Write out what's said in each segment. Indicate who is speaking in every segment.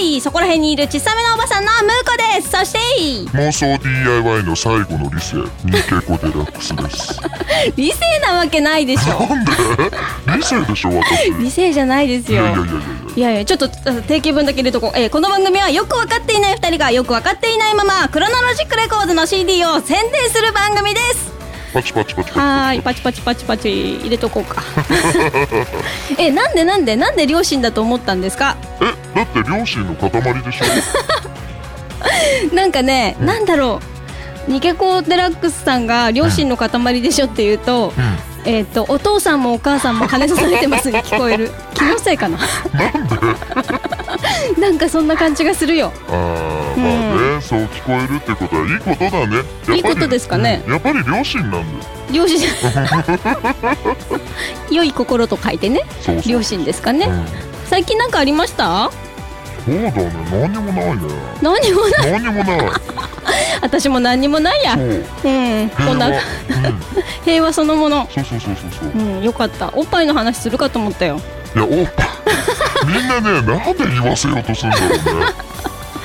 Speaker 1: いそこら辺にいるちっさめのおばさんのムーコですそして
Speaker 2: 妄想 DIY の最後の理性ニケコデラックスです
Speaker 1: 理性なわけないでしょ
Speaker 2: なんで理性でしょ私い
Speaker 1: 理性じゃないですよ
Speaker 2: やいやいやいやい
Speaker 1: いやいやちょっと定型文だけ入れとこう、えーこの番組はよく分かっていない2人がよく分かっていないままクロノロジックレコードの CD を宣伝する番組です
Speaker 2: やパチパチパチパチ
Speaker 1: はーいパチパチパチパチ入れとこうか えなんでなんでなんで両親だと思ったんですか
Speaker 2: えだって両親の塊でしょ
Speaker 1: なんかね、なんだろうニケコデラックスさんが両親の塊でしょって言うと、えっ、とお父さんもお母さんも金刺されてますに聞こえる気のせいかな なんでなんかそんな感じがするよ
Speaker 2: あーまあね、そう聞こえるってことはいいことだねやっぱり
Speaker 1: いいことですかね
Speaker 2: うんやっぱり両親なんだよ
Speaker 1: 両親 良い心と書いてね
Speaker 2: そうそう
Speaker 1: 両親ですかね、
Speaker 2: うん
Speaker 1: 最近なんかありました
Speaker 2: そうだね何にもないね
Speaker 1: 何もない
Speaker 2: 何にもない
Speaker 1: 私も何にもないや
Speaker 2: そううん平
Speaker 1: こ
Speaker 2: 和
Speaker 1: んな
Speaker 2: うん
Speaker 1: 平和そのもの
Speaker 2: そうそうそうそうそう
Speaker 1: うんよかったおっぱいの話するかと思ったよ
Speaker 2: いや、おっ ぱいみんなね、なんで言わせようとするんだろうね。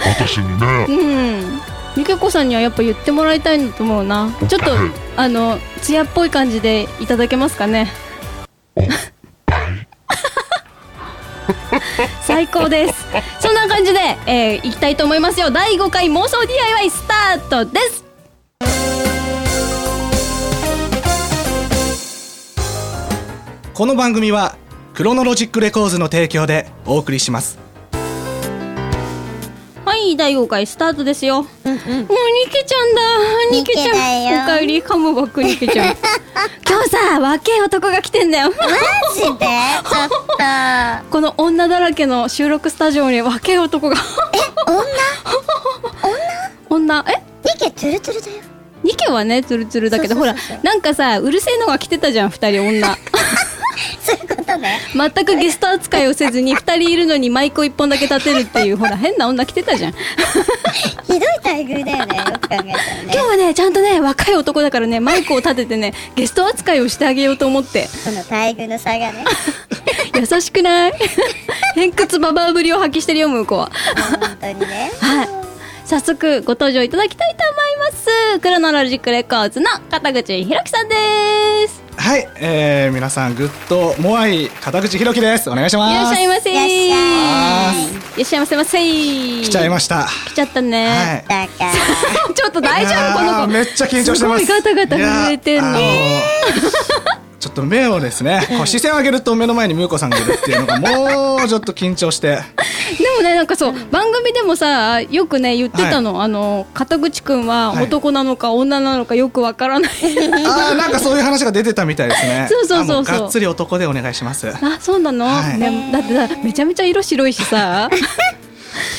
Speaker 2: 私にね。
Speaker 1: うんゆけこさんにはやっぱ言ってもらいたいんだと思うなちょっと
Speaker 2: はい
Speaker 1: あの艶っぽい感じでいただけますかね
Speaker 2: おっぱい。
Speaker 1: 最高ですそんな感じで、えー、いきたいと思いますよ第5回妄想 DIY スタートです
Speaker 3: この番組はクロノロジックレコーズの提供でお送りします
Speaker 1: はい第5回スタートですよもう
Speaker 4: うん
Speaker 1: ニケちゃんだニケち
Speaker 4: ニケだ
Speaker 1: ゃん
Speaker 4: よ
Speaker 1: おかえりカムバックニケ ちゃん今日さ若え男が来てんだよ
Speaker 4: マジでちょっと女
Speaker 1: この女だらけの収録スタジオに若え男が女え
Speaker 4: ニケツルツルだよ
Speaker 1: ニケはねツルツルだけど
Speaker 4: そ
Speaker 1: ほ
Speaker 4: うそう
Speaker 1: ら
Speaker 4: そうそう
Speaker 1: なんかさうるせえのが来てたじゃん二人女
Speaker 4: そういうことね
Speaker 1: 全くゲスト扱いをせずに二人いるのにマイクを一本だけ立てるって いうほら変な女来てたじゃん
Speaker 4: ひどい待遇だよねよく考えたら
Speaker 1: 今日
Speaker 4: ね
Speaker 1: はねちゃんとね若い男だからねマイクを立ててねゲスト扱いをしてあげようと思 って
Speaker 4: その待遇の差がね
Speaker 1: 優しくない 偏屈ババアぶりを発揮してるよ向こうは
Speaker 4: 本当にね
Speaker 1: はい早速ご登場いただきたいと思いますクロノロジックレコーズの片口ひろきさんです
Speaker 3: はい、えー、皆さんグッドモアイ片口ひろきですお願いし
Speaker 1: いらっ
Speaker 3: ま
Speaker 1: しゃ
Speaker 3: す
Speaker 1: いませ
Speaker 4: いらっしゃ
Speaker 3: い
Speaker 1: いらっしゃいませませ
Speaker 3: 来ちゃいま
Speaker 1: し
Speaker 3: した
Speaker 1: た来ちゃったね、
Speaker 3: はい
Speaker 4: だから
Speaker 1: ちょっと大丈夫こ
Speaker 3: いや
Speaker 1: の
Speaker 3: ー
Speaker 1: 子
Speaker 3: めっちゃ緊張してます
Speaker 1: すごいガタガタ震えてんの
Speaker 3: いやーあのーちょっと目をです ねこう視線を上げると目の前にムーコさんがいるっていうのがもうちょっと緊 張して
Speaker 1: でもねなんかそう、番組でもさよくね言ってたの、あの片口くんは
Speaker 3: はい
Speaker 1: 男なのか女なのかよくわから ない
Speaker 3: あーなんかそういう話が出てたみたいですね
Speaker 1: そうそうそうそう
Speaker 3: あもがっつり男でお願いします
Speaker 1: あそうなの、
Speaker 3: はい
Speaker 1: ねだってさめちゃめちゃ色白いし さ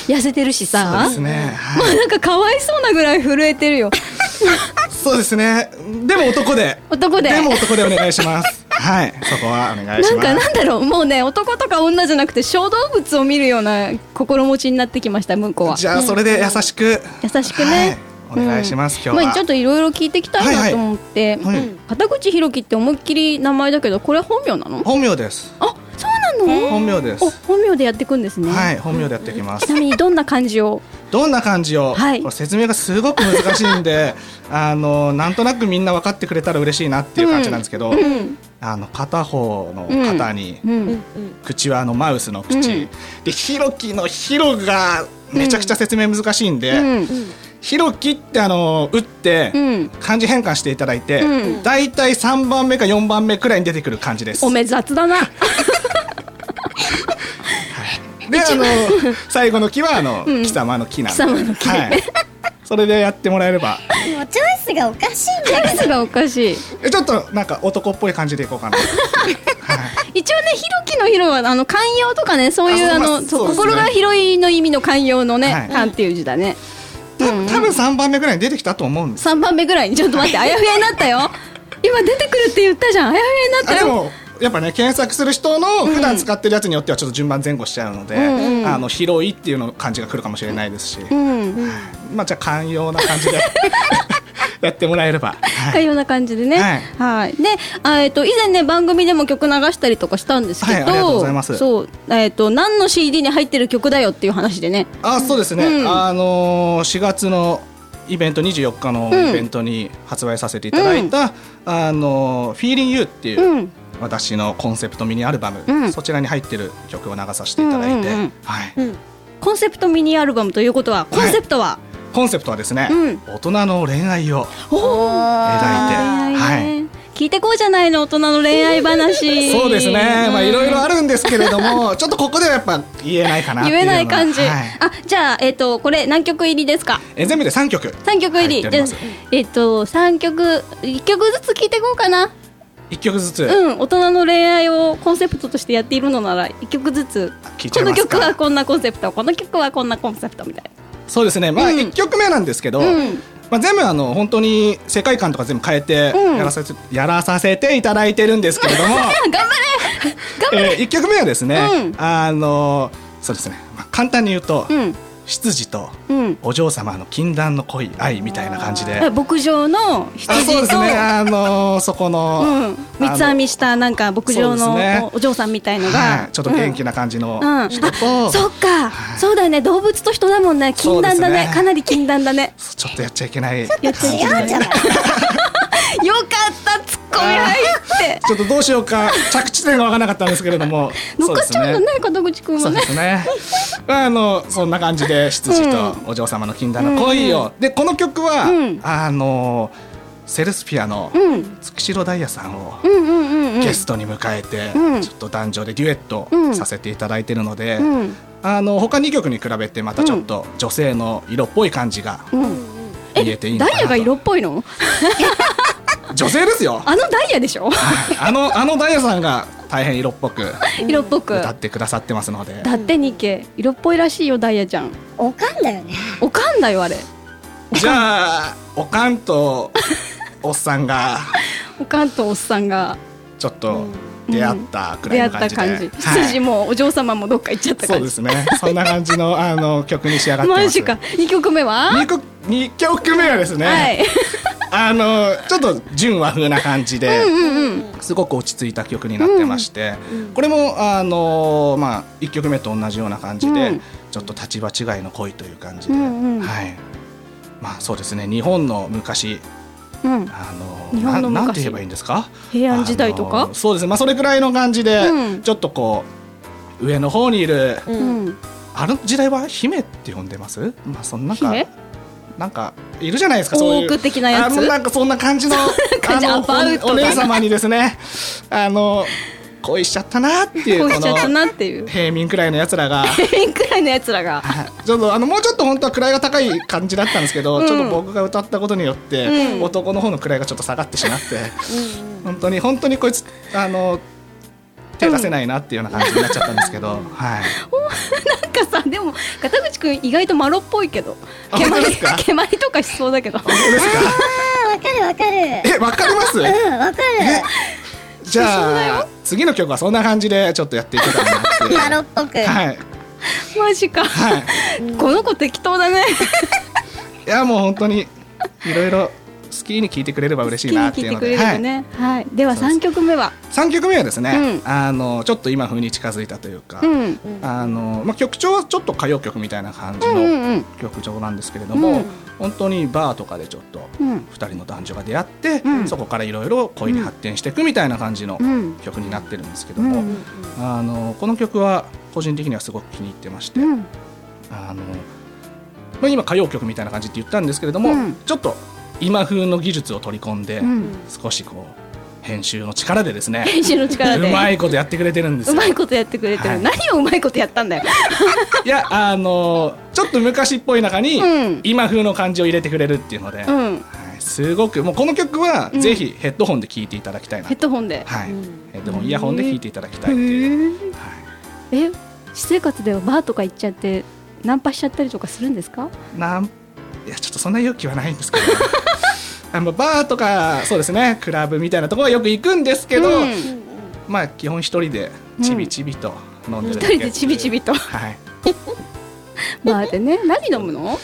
Speaker 1: 痩せてるし
Speaker 3: そう
Speaker 1: さ
Speaker 3: ですね
Speaker 1: も
Speaker 3: は
Speaker 1: うなんかかわいそうなぐらい震えてるよ
Speaker 3: いそうですねでも男で
Speaker 1: 男で
Speaker 3: でも男でお願いします。はい、そこはお願いし
Speaker 1: なん
Speaker 3: ま
Speaker 1: かな
Speaker 3: す。
Speaker 1: んだろうもうね男とか女じゃなくて小動物を見るような心持ちになってきました向こうは
Speaker 3: じゃあそれで優しく。
Speaker 1: 優しくね、
Speaker 3: はいお願いします、今日は。
Speaker 1: まあ、ちょっといろいろ聞いていきたいなと思って、
Speaker 3: はいはい
Speaker 1: うん片口ひろきって思いっきり名前だけどこれ本名なの
Speaker 3: 本名です。
Speaker 1: あそうなの
Speaker 3: 本名です
Speaker 1: お。本名でやっていくんですね、
Speaker 3: はい、本名でやっていきま
Speaker 1: ち
Speaker 3: す
Speaker 1: な。みにどんな漢字を
Speaker 3: どんな感じを、
Speaker 1: はい
Speaker 3: これ説明がすごく難しい んで、あのなんとなくみんな分かってくれたら嬉しいなっていう感じなんですけど、
Speaker 1: うん
Speaker 3: あの片方の方に、
Speaker 1: うん
Speaker 3: 口はあのマウスの口、
Speaker 1: うん
Speaker 3: でひろきのひろがめちゃくちゃ説明難しいんで、
Speaker 1: うん
Speaker 3: ひろきってあの打って
Speaker 1: うん
Speaker 3: 漢字変換していただいて、
Speaker 1: う
Speaker 3: だいたい3番目か4番目くらいに出てくる漢字です。
Speaker 1: おめ雑だ な
Speaker 3: であの 最後の木はあの、貴様の木なんで
Speaker 1: 貴様の木
Speaker 3: はい、それでやってもらえれば
Speaker 4: もうチョイスがおかしいんだけど
Speaker 1: 数がおかしい
Speaker 3: えちょっとなんか男っぽい感じでいこうかな。
Speaker 1: 一応ねひろきのひろはあの寛容とかねそういうあ
Speaker 3: あそうまあ
Speaker 1: のそう
Speaker 3: そうですね
Speaker 1: 心が広いの意味の寛容のね、
Speaker 3: はい
Speaker 1: 寛っていう字だね
Speaker 3: た多分3番目くらいに出てきたと思うんです。
Speaker 1: 三番目ぐらいにちょっと待ってあやふやになったよ今出てくるって言ったじゃんあやふ
Speaker 3: あ
Speaker 1: やになっ
Speaker 3: で
Speaker 1: たよ
Speaker 3: もやっぱね検索する人の普段使ってるやつによってはちょっと順番前後しちゃうので、
Speaker 1: んうん
Speaker 3: あの広いっていうの感じが来るかもしれないですし、
Speaker 1: うん
Speaker 3: まあじゃあ寛容な感じでやってもらえれば。
Speaker 1: かような感じでね。
Speaker 3: は
Speaker 1: はいい。で、あえっと以前ね番組でも曲流したりとかしたんですけど、
Speaker 3: はいありがとうございます
Speaker 1: そう、えっと何の CD に入ってる曲だよっていう話でね。
Speaker 3: あそうですね、
Speaker 1: うん
Speaker 3: あのー4月のイベント24日の
Speaker 1: うん
Speaker 3: イベントに発売させていただいた「あのー FeelingYou」っていう、
Speaker 1: うん
Speaker 3: 私のコンセプトミニアルバム、
Speaker 1: うん
Speaker 3: そちらに入ってる曲を流させていただ
Speaker 1: うん
Speaker 3: いて、
Speaker 1: うんうん
Speaker 3: はい
Speaker 1: コンセプトミニアルバムということはコンセプトは、
Speaker 3: コンセプトはですね、
Speaker 1: うん
Speaker 3: 大人の恋愛を
Speaker 1: おー
Speaker 3: 描いて、はい
Speaker 1: ね聞いてこうじゃないの大人の恋愛話。
Speaker 3: そうですね、まあいろいろ
Speaker 1: あ
Speaker 3: あるんですけれども ちょっとここではやっぱ言えないかなっていう
Speaker 1: 言え
Speaker 3: のが
Speaker 1: ない感じ。
Speaker 3: はい
Speaker 1: あ、じゃあえっとこれ何曲入りですか。
Speaker 3: え全部で3曲
Speaker 1: 三曲入り。
Speaker 3: 入ってお
Speaker 1: じ
Speaker 3: り
Speaker 1: ゃあ
Speaker 3: ます
Speaker 1: えっと三曲一曲ずつ聞いてこうかな。
Speaker 3: 1曲ずつ、
Speaker 1: うん、大人の恋愛をコンセプトとしてやっているのなら一曲ずつ
Speaker 3: 聞いちゃ
Speaker 1: この
Speaker 3: いますか
Speaker 1: 曲はこんなコンセプトこの曲はこんなコンセプトみたい
Speaker 3: そうですねまあ
Speaker 1: うん
Speaker 3: 1曲目なんですけど、
Speaker 1: うん
Speaker 3: まあ、全部あの本当に世界観とか全部変えて
Speaker 1: うん
Speaker 3: やらさせ,、やらさせていただいてるんですけれども、
Speaker 1: な 頑張れ頑張れ、
Speaker 3: え1曲目はですね、
Speaker 1: う
Speaker 3: あのそうですね、まあ、簡単に言うと、
Speaker 1: うん
Speaker 3: 執事と
Speaker 1: うん
Speaker 3: お嬢様の禁断の恋愛みたいな感じで。
Speaker 1: だから牧場の
Speaker 3: あそう
Speaker 1: 羊
Speaker 3: です
Speaker 1: と
Speaker 3: ね、あのそこの、
Speaker 1: うん、三つ編みしたなんか牧場
Speaker 3: そ
Speaker 1: の
Speaker 3: うですね
Speaker 1: お嬢さんみたいのが、
Speaker 3: はいちょっと元気な感じの
Speaker 1: うん、うん、
Speaker 3: 人と、
Speaker 1: あそっか、そうだよね動物と人だもんね禁断だ
Speaker 3: そうで
Speaker 1: ね
Speaker 3: すね
Speaker 1: かなり禁断だね
Speaker 3: ちょっとやっちゃいけない
Speaker 1: やっちゃいけ
Speaker 4: 違うじゃん。
Speaker 1: よかったツッコミ入って
Speaker 3: ちょっとどうしようか着地点が分からなかったんですけれ ども
Speaker 1: 乗っかっちゃうんだ
Speaker 3: そうです
Speaker 1: ね片口くんも
Speaker 3: そうで
Speaker 1: ね
Speaker 3: すね。まああのそんな感じで執事とお嬢様の禁断の恋を、でこの曲は、
Speaker 1: うん
Speaker 3: あのセルスピアの
Speaker 1: うん
Speaker 3: 月城ダイヤさんを
Speaker 1: うんうんうんうん
Speaker 3: ゲストに迎えて、
Speaker 1: うん
Speaker 3: ちょっと男女でデュエット
Speaker 1: うん
Speaker 3: させていただいてるので、
Speaker 1: うん
Speaker 3: あの他2曲に比べてまたちょっと女性の色っぽい感じが
Speaker 1: うん
Speaker 3: 見えていいのか
Speaker 1: ダ
Speaker 3: な
Speaker 1: イヤが色
Speaker 3: と
Speaker 1: っぽいの
Speaker 3: 女性ですよ
Speaker 1: あのダイヤでしょ
Speaker 3: あのあのダイヤさんが大変色っぽく
Speaker 1: 色っぽく
Speaker 3: 歌
Speaker 1: だ
Speaker 3: ってくださってますので
Speaker 1: ってニケ色っぽいらしいよダイヤちゃん
Speaker 4: おかんだよね。
Speaker 1: おかんだよあれ
Speaker 3: じゃあおかんとおっさ んが。
Speaker 1: おかんとおっさんが
Speaker 3: ちょっと出会ったく
Speaker 1: 出
Speaker 3: ら
Speaker 1: 会
Speaker 3: い
Speaker 1: っ
Speaker 3: の感
Speaker 1: た
Speaker 3: じで、
Speaker 1: 感じ
Speaker 3: はい
Speaker 1: 羊もお嬢様もどっか行っちゃった
Speaker 3: そう
Speaker 1: 感
Speaker 3: で
Speaker 1: じ
Speaker 3: すねそんな感 じのあの曲に仕上がってます
Speaker 1: マジか二曲目は
Speaker 3: 2曲二曲目はですね、
Speaker 1: はい
Speaker 3: あのちょっと純和風な感じで
Speaker 1: うんうん
Speaker 3: すごく落ち着いた曲になってまして、これもあのまあ1曲目と同じような感じで、
Speaker 1: うん
Speaker 3: ちょっと立場違いの恋という感じ
Speaker 1: う
Speaker 3: で、
Speaker 1: んうん
Speaker 3: はいまあそうですね日本の昔
Speaker 1: うん
Speaker 3: あの
Speaker 1: 日本の
Speaker 3: な
Speaker 1: 昔
Speaker 3: なんて言えばいいんですか
Speaker 1: 平安時代とか
Speaker 3: あのそうですねまあそれくらいの感じで、
Speaker 1: うん
Speaker 3: ちょっとこう上の方にいる
Speaker 1: うん
Speaker 3: あの時代は姫って呼んでますまあそんなか
Speaker 1: 姫
Speaker 3: なんかいるじゃないですかそう
Speaker 1: 大
Speaker 3: いう
Speaker 1: 奥的なや
Speaker 3: あの
Speaker 1: つ
Speaker 3: なんかそんな 感じの
Speaker 1: 感じ
Speaker 3: あの
Speaker 1: アバウト
Speaker 3: お
Speaker 1: だな
Speaker 3: お姉様にですねあの恋しちゃったなっていう
Speaker 1: 恋しちゃった
Speaker 3: こ
Speaker 1: なってい
Speaker 3: の
Speaker 1: う
Speaker 3: 平民くらいのやつらが
Speaker 1: ペンくらいのやつらが
Speaker 3: ちょっとあのもうちょっと本当は位が高い感じだったんですけど、
Speaker 1: うん
Speaker 3: ちょっと僕が歌ったことによって、
Speaker 1: うん
Speaker 3: 男の方の位がちょっと下がってしまって、本当に本当にこいつあの手出せないなっていうような感じになっちゃったんですけど、はい
Speaker 1: なんかさでも片口くん意外とマロっぽいけど
Speaker 3: あ
Speaker 1: 蹴ま
Speaker 3: 本当で
Speaker 1: り
Speaker 3: すか
Speaker 1: 蹴まりとかしそうだけ ど
Speaker 3: どうですか
Speaker 4: あーわかるわかる。
Speaker 3: えわかります
Speaker 4: うんわか
Speaker 3: じゃあ次の曲はそんな感じでちょっとやっていけたら なって
Speaker 4: る。マロっぽく。
Speaker 3: はい
Speaker 1: マジか、
Speaker 3: はい
Speaker 1: この子適当だね
Speaker 3: いやもう本当にいろいろ好きに聴いてくれれば
Speaker 1: 好
Speaker 3: 嬉
Speaker 1: き
Speaker 3: し
Speaker 1: に
Speaker 3: いなって
Speaker 1: 聞い
Speaker 3: い
Speaker 1: うて
Speaker 3: の
Speaker 1: く
Speaker 3: で、
Speaker 1: れる
Speaker 3: は
Speaker 1: よ
Speaker 3: い、
Speaker 1: ねはい、では
Speaker 3: そうです
Speaker 1: 三曲目は
Speaker 3: 3曲目はですね、
Speaker 1: う
Speaker 3: あのちょっと今風に近づいたというか、
Speaker 1: うん
Speaker 3: あのまあ、曲調はちょっと歌謡曲みたいな感じ
Speaker 1: うんうんう
Speaker 3: の
Speaker 1: ん
Speaker 3: 曲調なんですけれども、
Speaker 1: うん
Speaker 3: 本当にバーとかでちょっと
Speaker 1: うん
Speaker 3: 2人の男女が出会って、
Speaker 1: うん
Speaker 3: そこからいろいろ恋に発展していくみたいな感じの
Speaker 1: うん
Speaker 3: 曲になってるんですけど
Speaker 1: う
Speaker 3: も、
Speaker 1: ん
Speaker 3: あのこの曲は個人的にはすごく気に入ってまして、
Speaker 1: うん
Speaker 3: あのまあ、今歌謡曲みたいな感じって言ったんですけれども、
Speaker 1: うん
Speaker 3: ちょっと今風の技術を取り込んで、
Speaker 1: うん
Speaker 3: 少しこう編集の力でですね
Speaker 1: 編集の 力
Speaker 3: う
Speaker 1: で
Speaker 3: まいことやってくれてるんです
Speaker 1: う
Speaker 3: よ。
Speaker 1: まいことやってくれてる、
Speaker 3: はい
Speaker 1: 何をうまいことやったんだよ
Speaker 3: いやあのちょっと昔っぽい中に、
Speaker 1: うん
Speaker 3: 今風の感じを入れてくれるっていうので、
Speaker 1: う
Speaker 3: はい、
Speaker 1: ん
Speaker 3: すごくもうこの曲は、
Speaker 1: うん
Speaker 3: ぜひヘッドホンで聴いていただきたいな
Speaker 1: ヘッドホンで、
Speaker 3: はい
Speaker 4: うん
Speaker 3: ヘッドホンイヤホンで聴いていただきたいっていう、
Speaker 1: へえ
Speaker 3: はい
Speaker 1: え私生活ではバーとか行っちゃってナンパしちゃったりとかするんですか
Speaker 3: なんいやちょっとそんな勇気はないんで すけどあのバーとかそうですねクラブみたいなところはよく行くんですけど、
Speaker 1: うん
Speaker 4: うん
Speaker 3: まあ基本一人でちびちびと飲んでる
Speaker 1: 一
Speaker 3: だけ
Speaker 1: 人でちびちびと
Speaker 3: はい
Speaker 1: バーでね何飲むの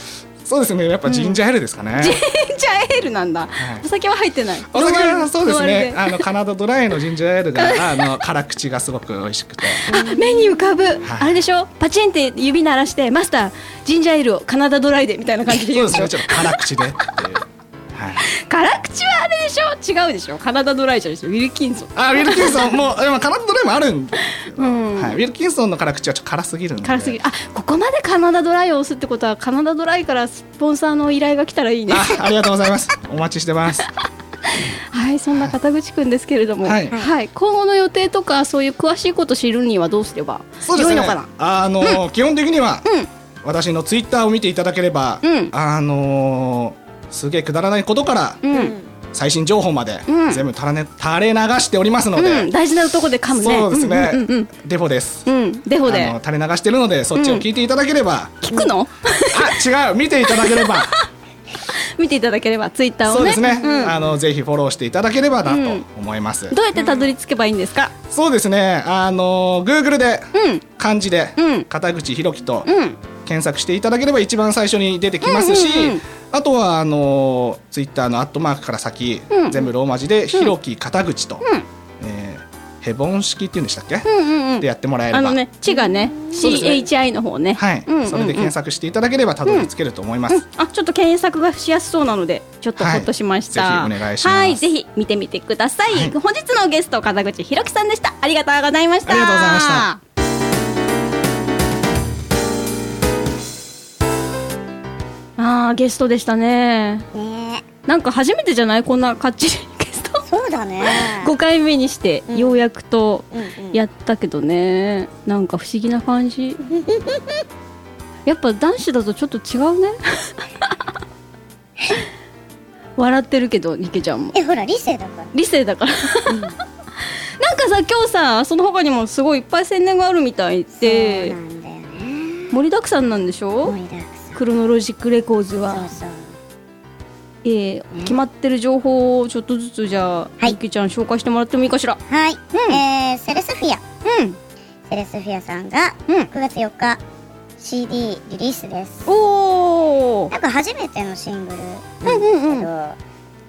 Speaker 3: そうですねやっぱジンジャーエールですかね、
Speaker 1: ジャーエールなんだ、
Speaker 3: はい
Speaker 1: お酒は入ってない
Speaker 3: お酒
Speaker 1: ノンア
Speaker 3: は
Speaker 1: ル
Speaker 3: そうですね
Speaker 1: ノンア
Speaker 3: あのカナダドライのジンジャーエー ルがあの辛口がすごく美味しくて
Speaker 1: ルであ目に浮かぶ、
Speaker 3: い
Speaker 1: あれでしょパチンって指鳴らしてマスタージンジャーエールをカナダドライでみたいな感じで
Speaker 3: そ
Speaker 1: 言
Speaker 3: う
Speaker 1: う
Speaker 3: ですねちょっと辛口でっていう、はい、
Speaker 1: 辛口はあれでしょ違うでしょカナダドライじゃないでしょウィルキンソン
Speaker 3: あウィルキンソンもうでもカナダドライもあるん、
Speaker 1: うん、
Speaker 3: はい、ウィルキンソンの辛口はちょっと辛すぎるんで
Speaker 1: 辛すぎるあここまでカナダドライを押すってことはカナダドライからスポンサーの依頼が来たらいいね
Speaker 3: あありがとうございますお待ちし てます
Speaker 1: はいそんな片口くんですけれども、は
Speaker 3: はいい
Speaker 1: 今後の予定とかそういう詳しいこと知るにはどうすれば
Speaker 3: そうで
Speaker 1: 良
Speaker 3: す
Speaker 1: い
Speaker 3: ね
Speaker 1: のかな
Speaker 3: あの、基本的には、私のツイッターを見ていただければ、
Speaker 1: うん
Speaker 3: あのすげえくだらないことから、
Speaker 1: うん、
Speaker 3: 最新情報まで、
Speaker 1: うん
Speaker 3: 全部垂れ垂れ流しておりますので、
Speaker 1: うん、大事なとこで噛むね
Speaker 3: そうですね、
Speaker 1: うんうんうん
Speaker 3: デフォです、
Speaker 1: うん、うんデフォ
Speaker 3: あ
Speaker 1: で
Speaker 3: の垂れ流してるのでそっちを聞いていただければ、
Speaker 1: 聞くの
Speaker 3: あ違う見ていただければ
Speaker 1: 見ていただければツイッターをね
Speaker 3: そうですね、
Speaker 1: うん
Speaker 3: あのぜひフォローしていただければな
Speaker 1: うん
Speaker 3: と思います、
Speaker 1: どうやってたどり着けばいいんですか
Speaker 3: そうですねあの Google で、
Speaker 1: うん
Speaker 3: 漢字で、
Speaker 1: うん
Speaker 3: 片口ひろきと
Speaker 1: うん
Speaker 3: 検索していただければ一番最初に出てきますし、
Speaker 1: うんうんうん
Speaker 3: あとはあのツイッターのアットマークから先、
Speaker 1: うん
Speaker 3: 全部ローマ字で「ひろき片口と」えーヘボン式っていうんでしたっけ、
Speaker 1: うんうんうん
Speaker 3: でやってもらえれば
Speaker 1: あのね「ち」がね
Speaker 3: そうですね
Speaker 1: CHI の方ね
Speaker 3: はい
Speaker 1: うんうんうん
Speaker 3: それで検索していただければたどり着けると思います、
Speaker 1: あちょっと検索がしやすそうなのでちょっとほっとしました、
Speaker 3: はいぜひお願いします
Speaker 1: はいぜひ見てみてください、
Speaker 3: はい
Speaker 1: 本日のゲスト片口ひろきさんでしたありがとうございました
Speaker 3: ありがとうございました
Speaker 1: あーゲストでしたね
Speaker 4: ね
Speaker 1: なんか初めてじゃないこんなかっちりゲスト
Speaker 4: そうだね
Speaker 1: 5回目にしてようやくと
Speaker 4: うんうん
Speaker 1: やったけどねなんか不思議な感じやっぱ男子だとちょっと違う ね笑ってるけどニケちゃんも
Speaker 4: えほら理性だから
Speaker 1: 理性だからなんかさ今日さその他にもすごいいっぱい宣伝があるみたい
Speaker 4: そ
Speaker 1: で
Speaker 4: うなんだよね
Speaker 1: 盛りだくさんなんでしょ
Speaker 4: 盛りだくさん
Speaker 1: クロノロジックレコーズは、
Speaker 4: そうそう
Speaker 1: えー決まってる情報をちょっとずつじゃあ、
Speaker 4: はい
Speaker 1: ニケちゃん紹介してもらってもいいかしら
Speaker 4: はい、
Speaker 1: ん
Speaker 4: えーセレスフィア
Speaker 1: うん
Speaker 4: セレスフィアさんが
Speaker 1: うん
Speaker 4: 9月4日 CD リリースです
Speaker 1: おお
Speaker 4: なんか初めてのシングルなんですけど、
Speaker 1: うんうん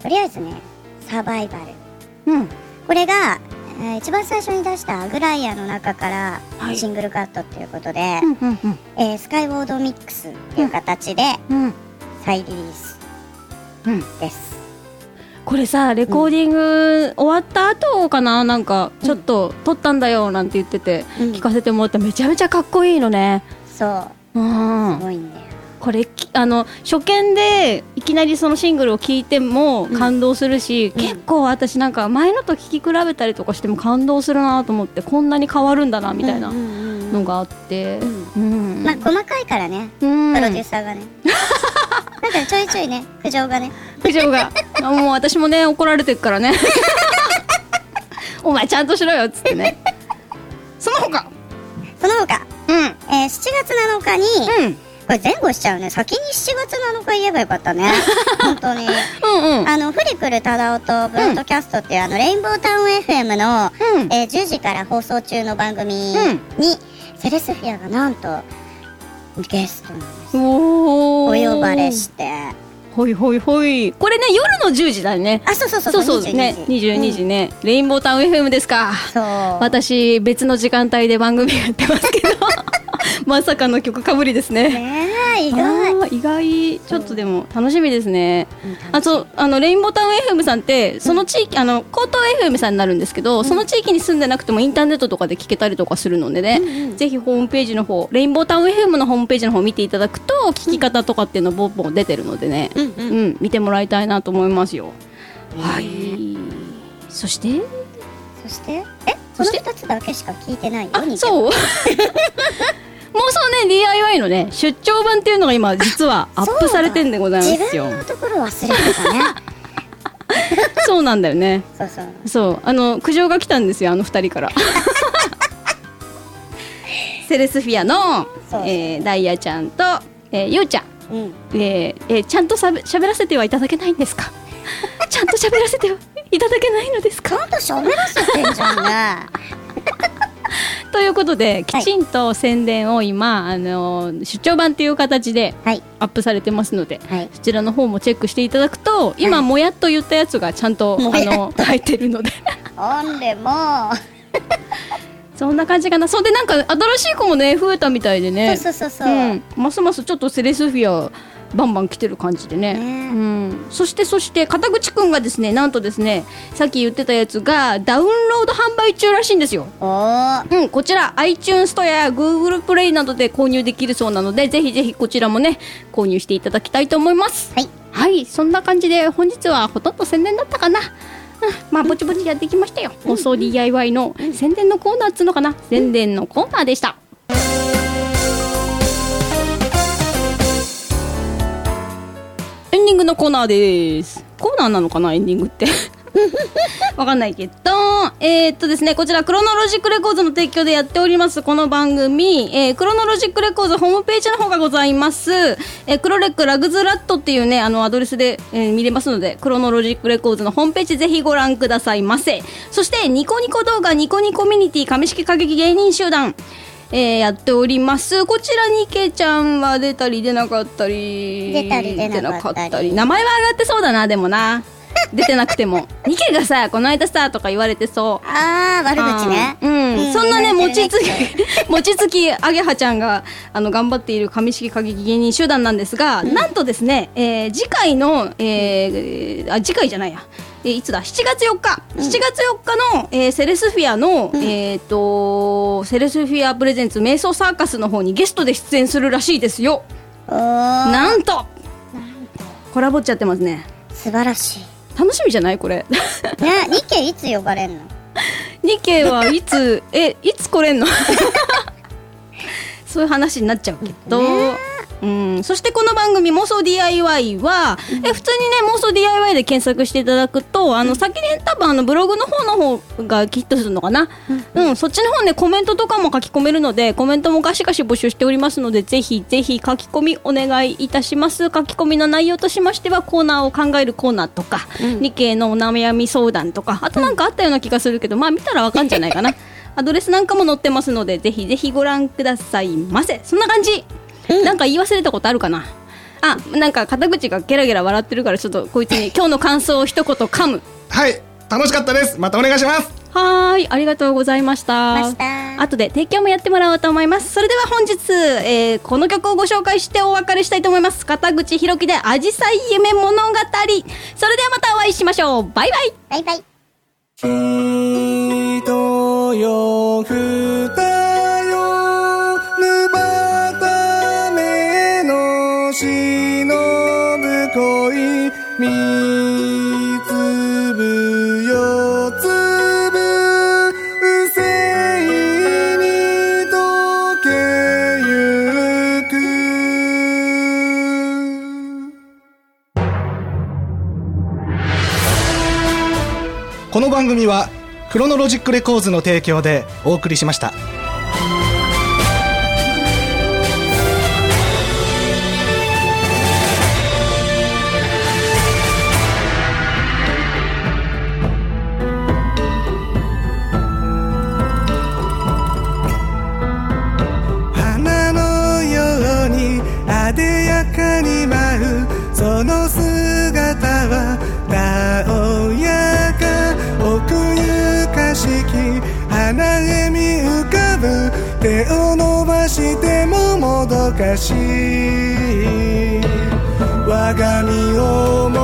Speaker 4: とりあえずねサバイバル
Speaker 1: うん
Speaker 4: これが、えー一番最初に出したアグライアの中から
Speaker 1: はい
Speaker 4: シングルカットっていうことで、
Speaker 1: うんうんうん
Speaker 4: えースカイウォードミックスっていう形で
Speaker 1: うん
Speaker 4: 再リリース
Speaker 1: うん
Speaker 4: です、
Speaker 1: これさレコーディング終わった後かななんかちょっと撮ったんだよなんて言ってて
Speaker 4: うん
Speaker 1: 聞かせてもらってめちゃめちゃかっこいいのね
Speaker 4: そううんすごいんだよ、
Speaker 1: これきあの初見でいきなりそのシングルを聴いても感動するし、結構私なんか前のと聴き比べたりとかしても感動するなと思ってこんなに変わるんだなみたいな
Speaker 4: うんうんうんうん
Speaker 1: のがあってう、
Speaker 4: うんまあ細かいからね
Speaker 1: うん
Speaker 4: プロデューサー がね、なんかちょいちょいね苦情がね
Speaker 1: 苦情があもう私もね怒られてるから ねお前ちゃんとしろよっつってねその他
Speaker 4: その他、うんえー、7月7日に、
Speaker 1: うん
Speaker 4: これ前後しちゃうね先に7月7日言えばよかった ね本当に
Speaker 1: うんうん
Speaker 4: あのフリクル忠夫とブロードキャストっていう、あのレインボータウン FM の、
Speaker 1: うん
Speaker 4: えー10時から放送中の番組に、セレスフィアがなんとゲストに
Speaker 1: お
Speaker 4: お
Speaker 1: ー
Speaker 4: 呼ばれして
Speaker 1: ほいほいほいこれね夜の10時だね
Speaker 4: あそうそうそう
Speaker 1: そうそうね
Speaker 4: 22
Speaker 1: 22時ね、レインボータウン FM ですか
Speaker 4: そう
Speaker 1: 私別の時間帯で番組やってます けどまさかの曲かぶりですね
Speaker 4: ねえ意外
Speaker 1: あー意外ちょっとでも楽しみですね
Speaker 4: うん
Speaker 1: あとあのレインボータウン FM さんってその地域、あの江東 FM さんになるんですけど、その地域に住んでなくてもインターネットとかで聞けたりとかするのでね、ぜひホームページの方レインボータウン FM のホームページの方見ていただくと聞き方とかっていうのボンボン出てるのでね、うん見てもらいたいなと思いますよ、はいそして
Speaker 4: そしてえそ
Speaker 1: そして
Speaker 4: の2つだけしか聞いてないよ
Speaker 1: あ
Speaker 4: に
Speaker 1: そうもう そうね DIY のね出張版っていうのが今実はアップされてんでございますよ
Speaker 4: 自分のところ忘れてたね
Speaker 1: そうなんだよね
Speaker 4: そうそう
Speaker 1: そうあの苦情が来たんですよあの二人から セレスフィアの
Speaker 4: そう、
Speaker 1: えーダイヤちゃんと、えー、ゆうちゃん、
Speaker 4: うん
Speaker 1: えーえーちゃんとしゃべ喋らせてはいただけないん ですかちゃんと喋らせてはいただけないのです
Speaker 4: ち
Speaker 1: か
Speaker 4: ゃんと喋らせてんじゃんね
Speaker 1: っということでき
Speaker 4: はい
Speaker 1: ちんと宣伝を今、あの出張版という形で
Speaker 4: はい
Speaker 1: アップされてますので、
Speaker 4: はい
Speaker 1: そちらの方もチェックしていただくと今もやっと言ったやつがちゃんと、
Speaker 4: も
Speaker 1: あ
Speaker 4: やっと
Speaker 1: の入ってるので
Speaker 4: オンでも
Speaker 1: そんな感じかなそんでなんか新しい子もね増えたみたいでね
Speaker 4: そうそうそうそう、
Speaker 1: うん、ますますちょっとセレスフィアバンバン来てる感じでね
Speaker 4: ね
Speaker 1: うん、そしてそして片口くんがですねなんとですねさっき言ってたやつがダウンロード販売中らしいんですよ
Speaker 4: お
Speaker 1: う
Speaker 4: ー
Speaker 1: ん、こちら iTunes ストアや Google プレイなどで購入できるそうなのでぜひぜひこちらもね購入していただきたいと思います
Speaker 4: はい
Speaker 1: はいそんな感じで本日はほとんど宣伝だったかな、うん、まあぼちぼちやってきましたよ放送 DIY の宣伝のコーナーっつうのかな宣伝のコーナーでしたエンディングのコーナーですコーナーなのかなエンディングってわかんないけど、えーっとですね、こちら、クロノロジックレコーズの提供でやっております、この番組、えークロノロジックレコーズホームページの方がございます、えークロレックラグズラットっていうね、あの、アドレスで、えー見れますので、クロノロジックレコーズのホームページぜひご覧くださいませ。そして、ニコニコ動画、ニコニコミュニティ、紙式過激芸人集団、えーやっております。こちらにけちゃんは出たり出なかったり。
Speaker 4: 出たり出なかったり
Speaker 1: 出名前は上がってそうだな、でもな。出てなくて も。ニケがさ、この間さ、とか言われてそう。
Speaker 4: あー悪口ね
Speaker 1: あーうん。そんなね、
Speaker 4: 言われ
Speaker 1: 餅
Speaker 4: てる
Speaker 1: つ き、餅つきあげはちゃんが、あの、頑張っている紙式過激芸人集団なんですが、なんとですね、えー次回の、えーあ、次回じゃないや。えーいつだ7月4日、7月4日の、えーセレスフィアの、えっ、とセレスフィアプレゼンツ瞑想サーカスの方にゲストで出演するらしいですよ
Speaker 4: おー
Speaker 1: なんとコラボっちゃってますね
Speaker 4: 素晴らしい
Speaker 1: 楽しみじゃないこれ
Speaker 4: ねニケいつ呼ばれんの
Speaker 1: ニケはいつえいつ来れんのそういう話になっちゃうけど、うん、そしてこの番組「妄想 DIY は」え普通にね「妄想 DIY」で検索していただくとあの先に多分あのブログの方の方がきっとするのかな、うんそっちの方ねコメントとかも書き込めるのでコメントもガシガシ募集しておりますのでぜひぜひ書き込みお願いいたします書き込みの内容としましてはコーナーを考えるコーナーとか、日経のお悩み相談とかあとなんかあったような気がするけど、まあ見たらわかんじゃないか なアドレスなんかも載ってますのでぜひぜひご覧くださいませそんな感じなんか言い忘れたことあるかなあなんか片口がゲラゲラ笑ってるからちょっとこいつに今日の感想を一言噛む
Speaker 3: はい楽しかったですまたお願いします
Speaker 1: はーいありがとうございました
Speaker 4: ました
Speaker 1: 後で提供もやってもらおうと思いますそれでは本日、えーこの曲をご紹介してお別れしたいと思います片口ひろきで「あじさい夢物語」それではまたお会いしましょうバイバイ
Speaker 4: バイバイ
Speaker 5: きっとよくたよぬばための忍ぶ恋みつぶよつぶうせいに溶けゆく
Speaker 3: この番組はクロノロジックレコーズの提供でお送りしました
Speaker 5: 花のように艶やかに舞うその姿はたおやか奥ゆかしき花へ見浮かぶ手を伸ばしてももどかしい我が身を守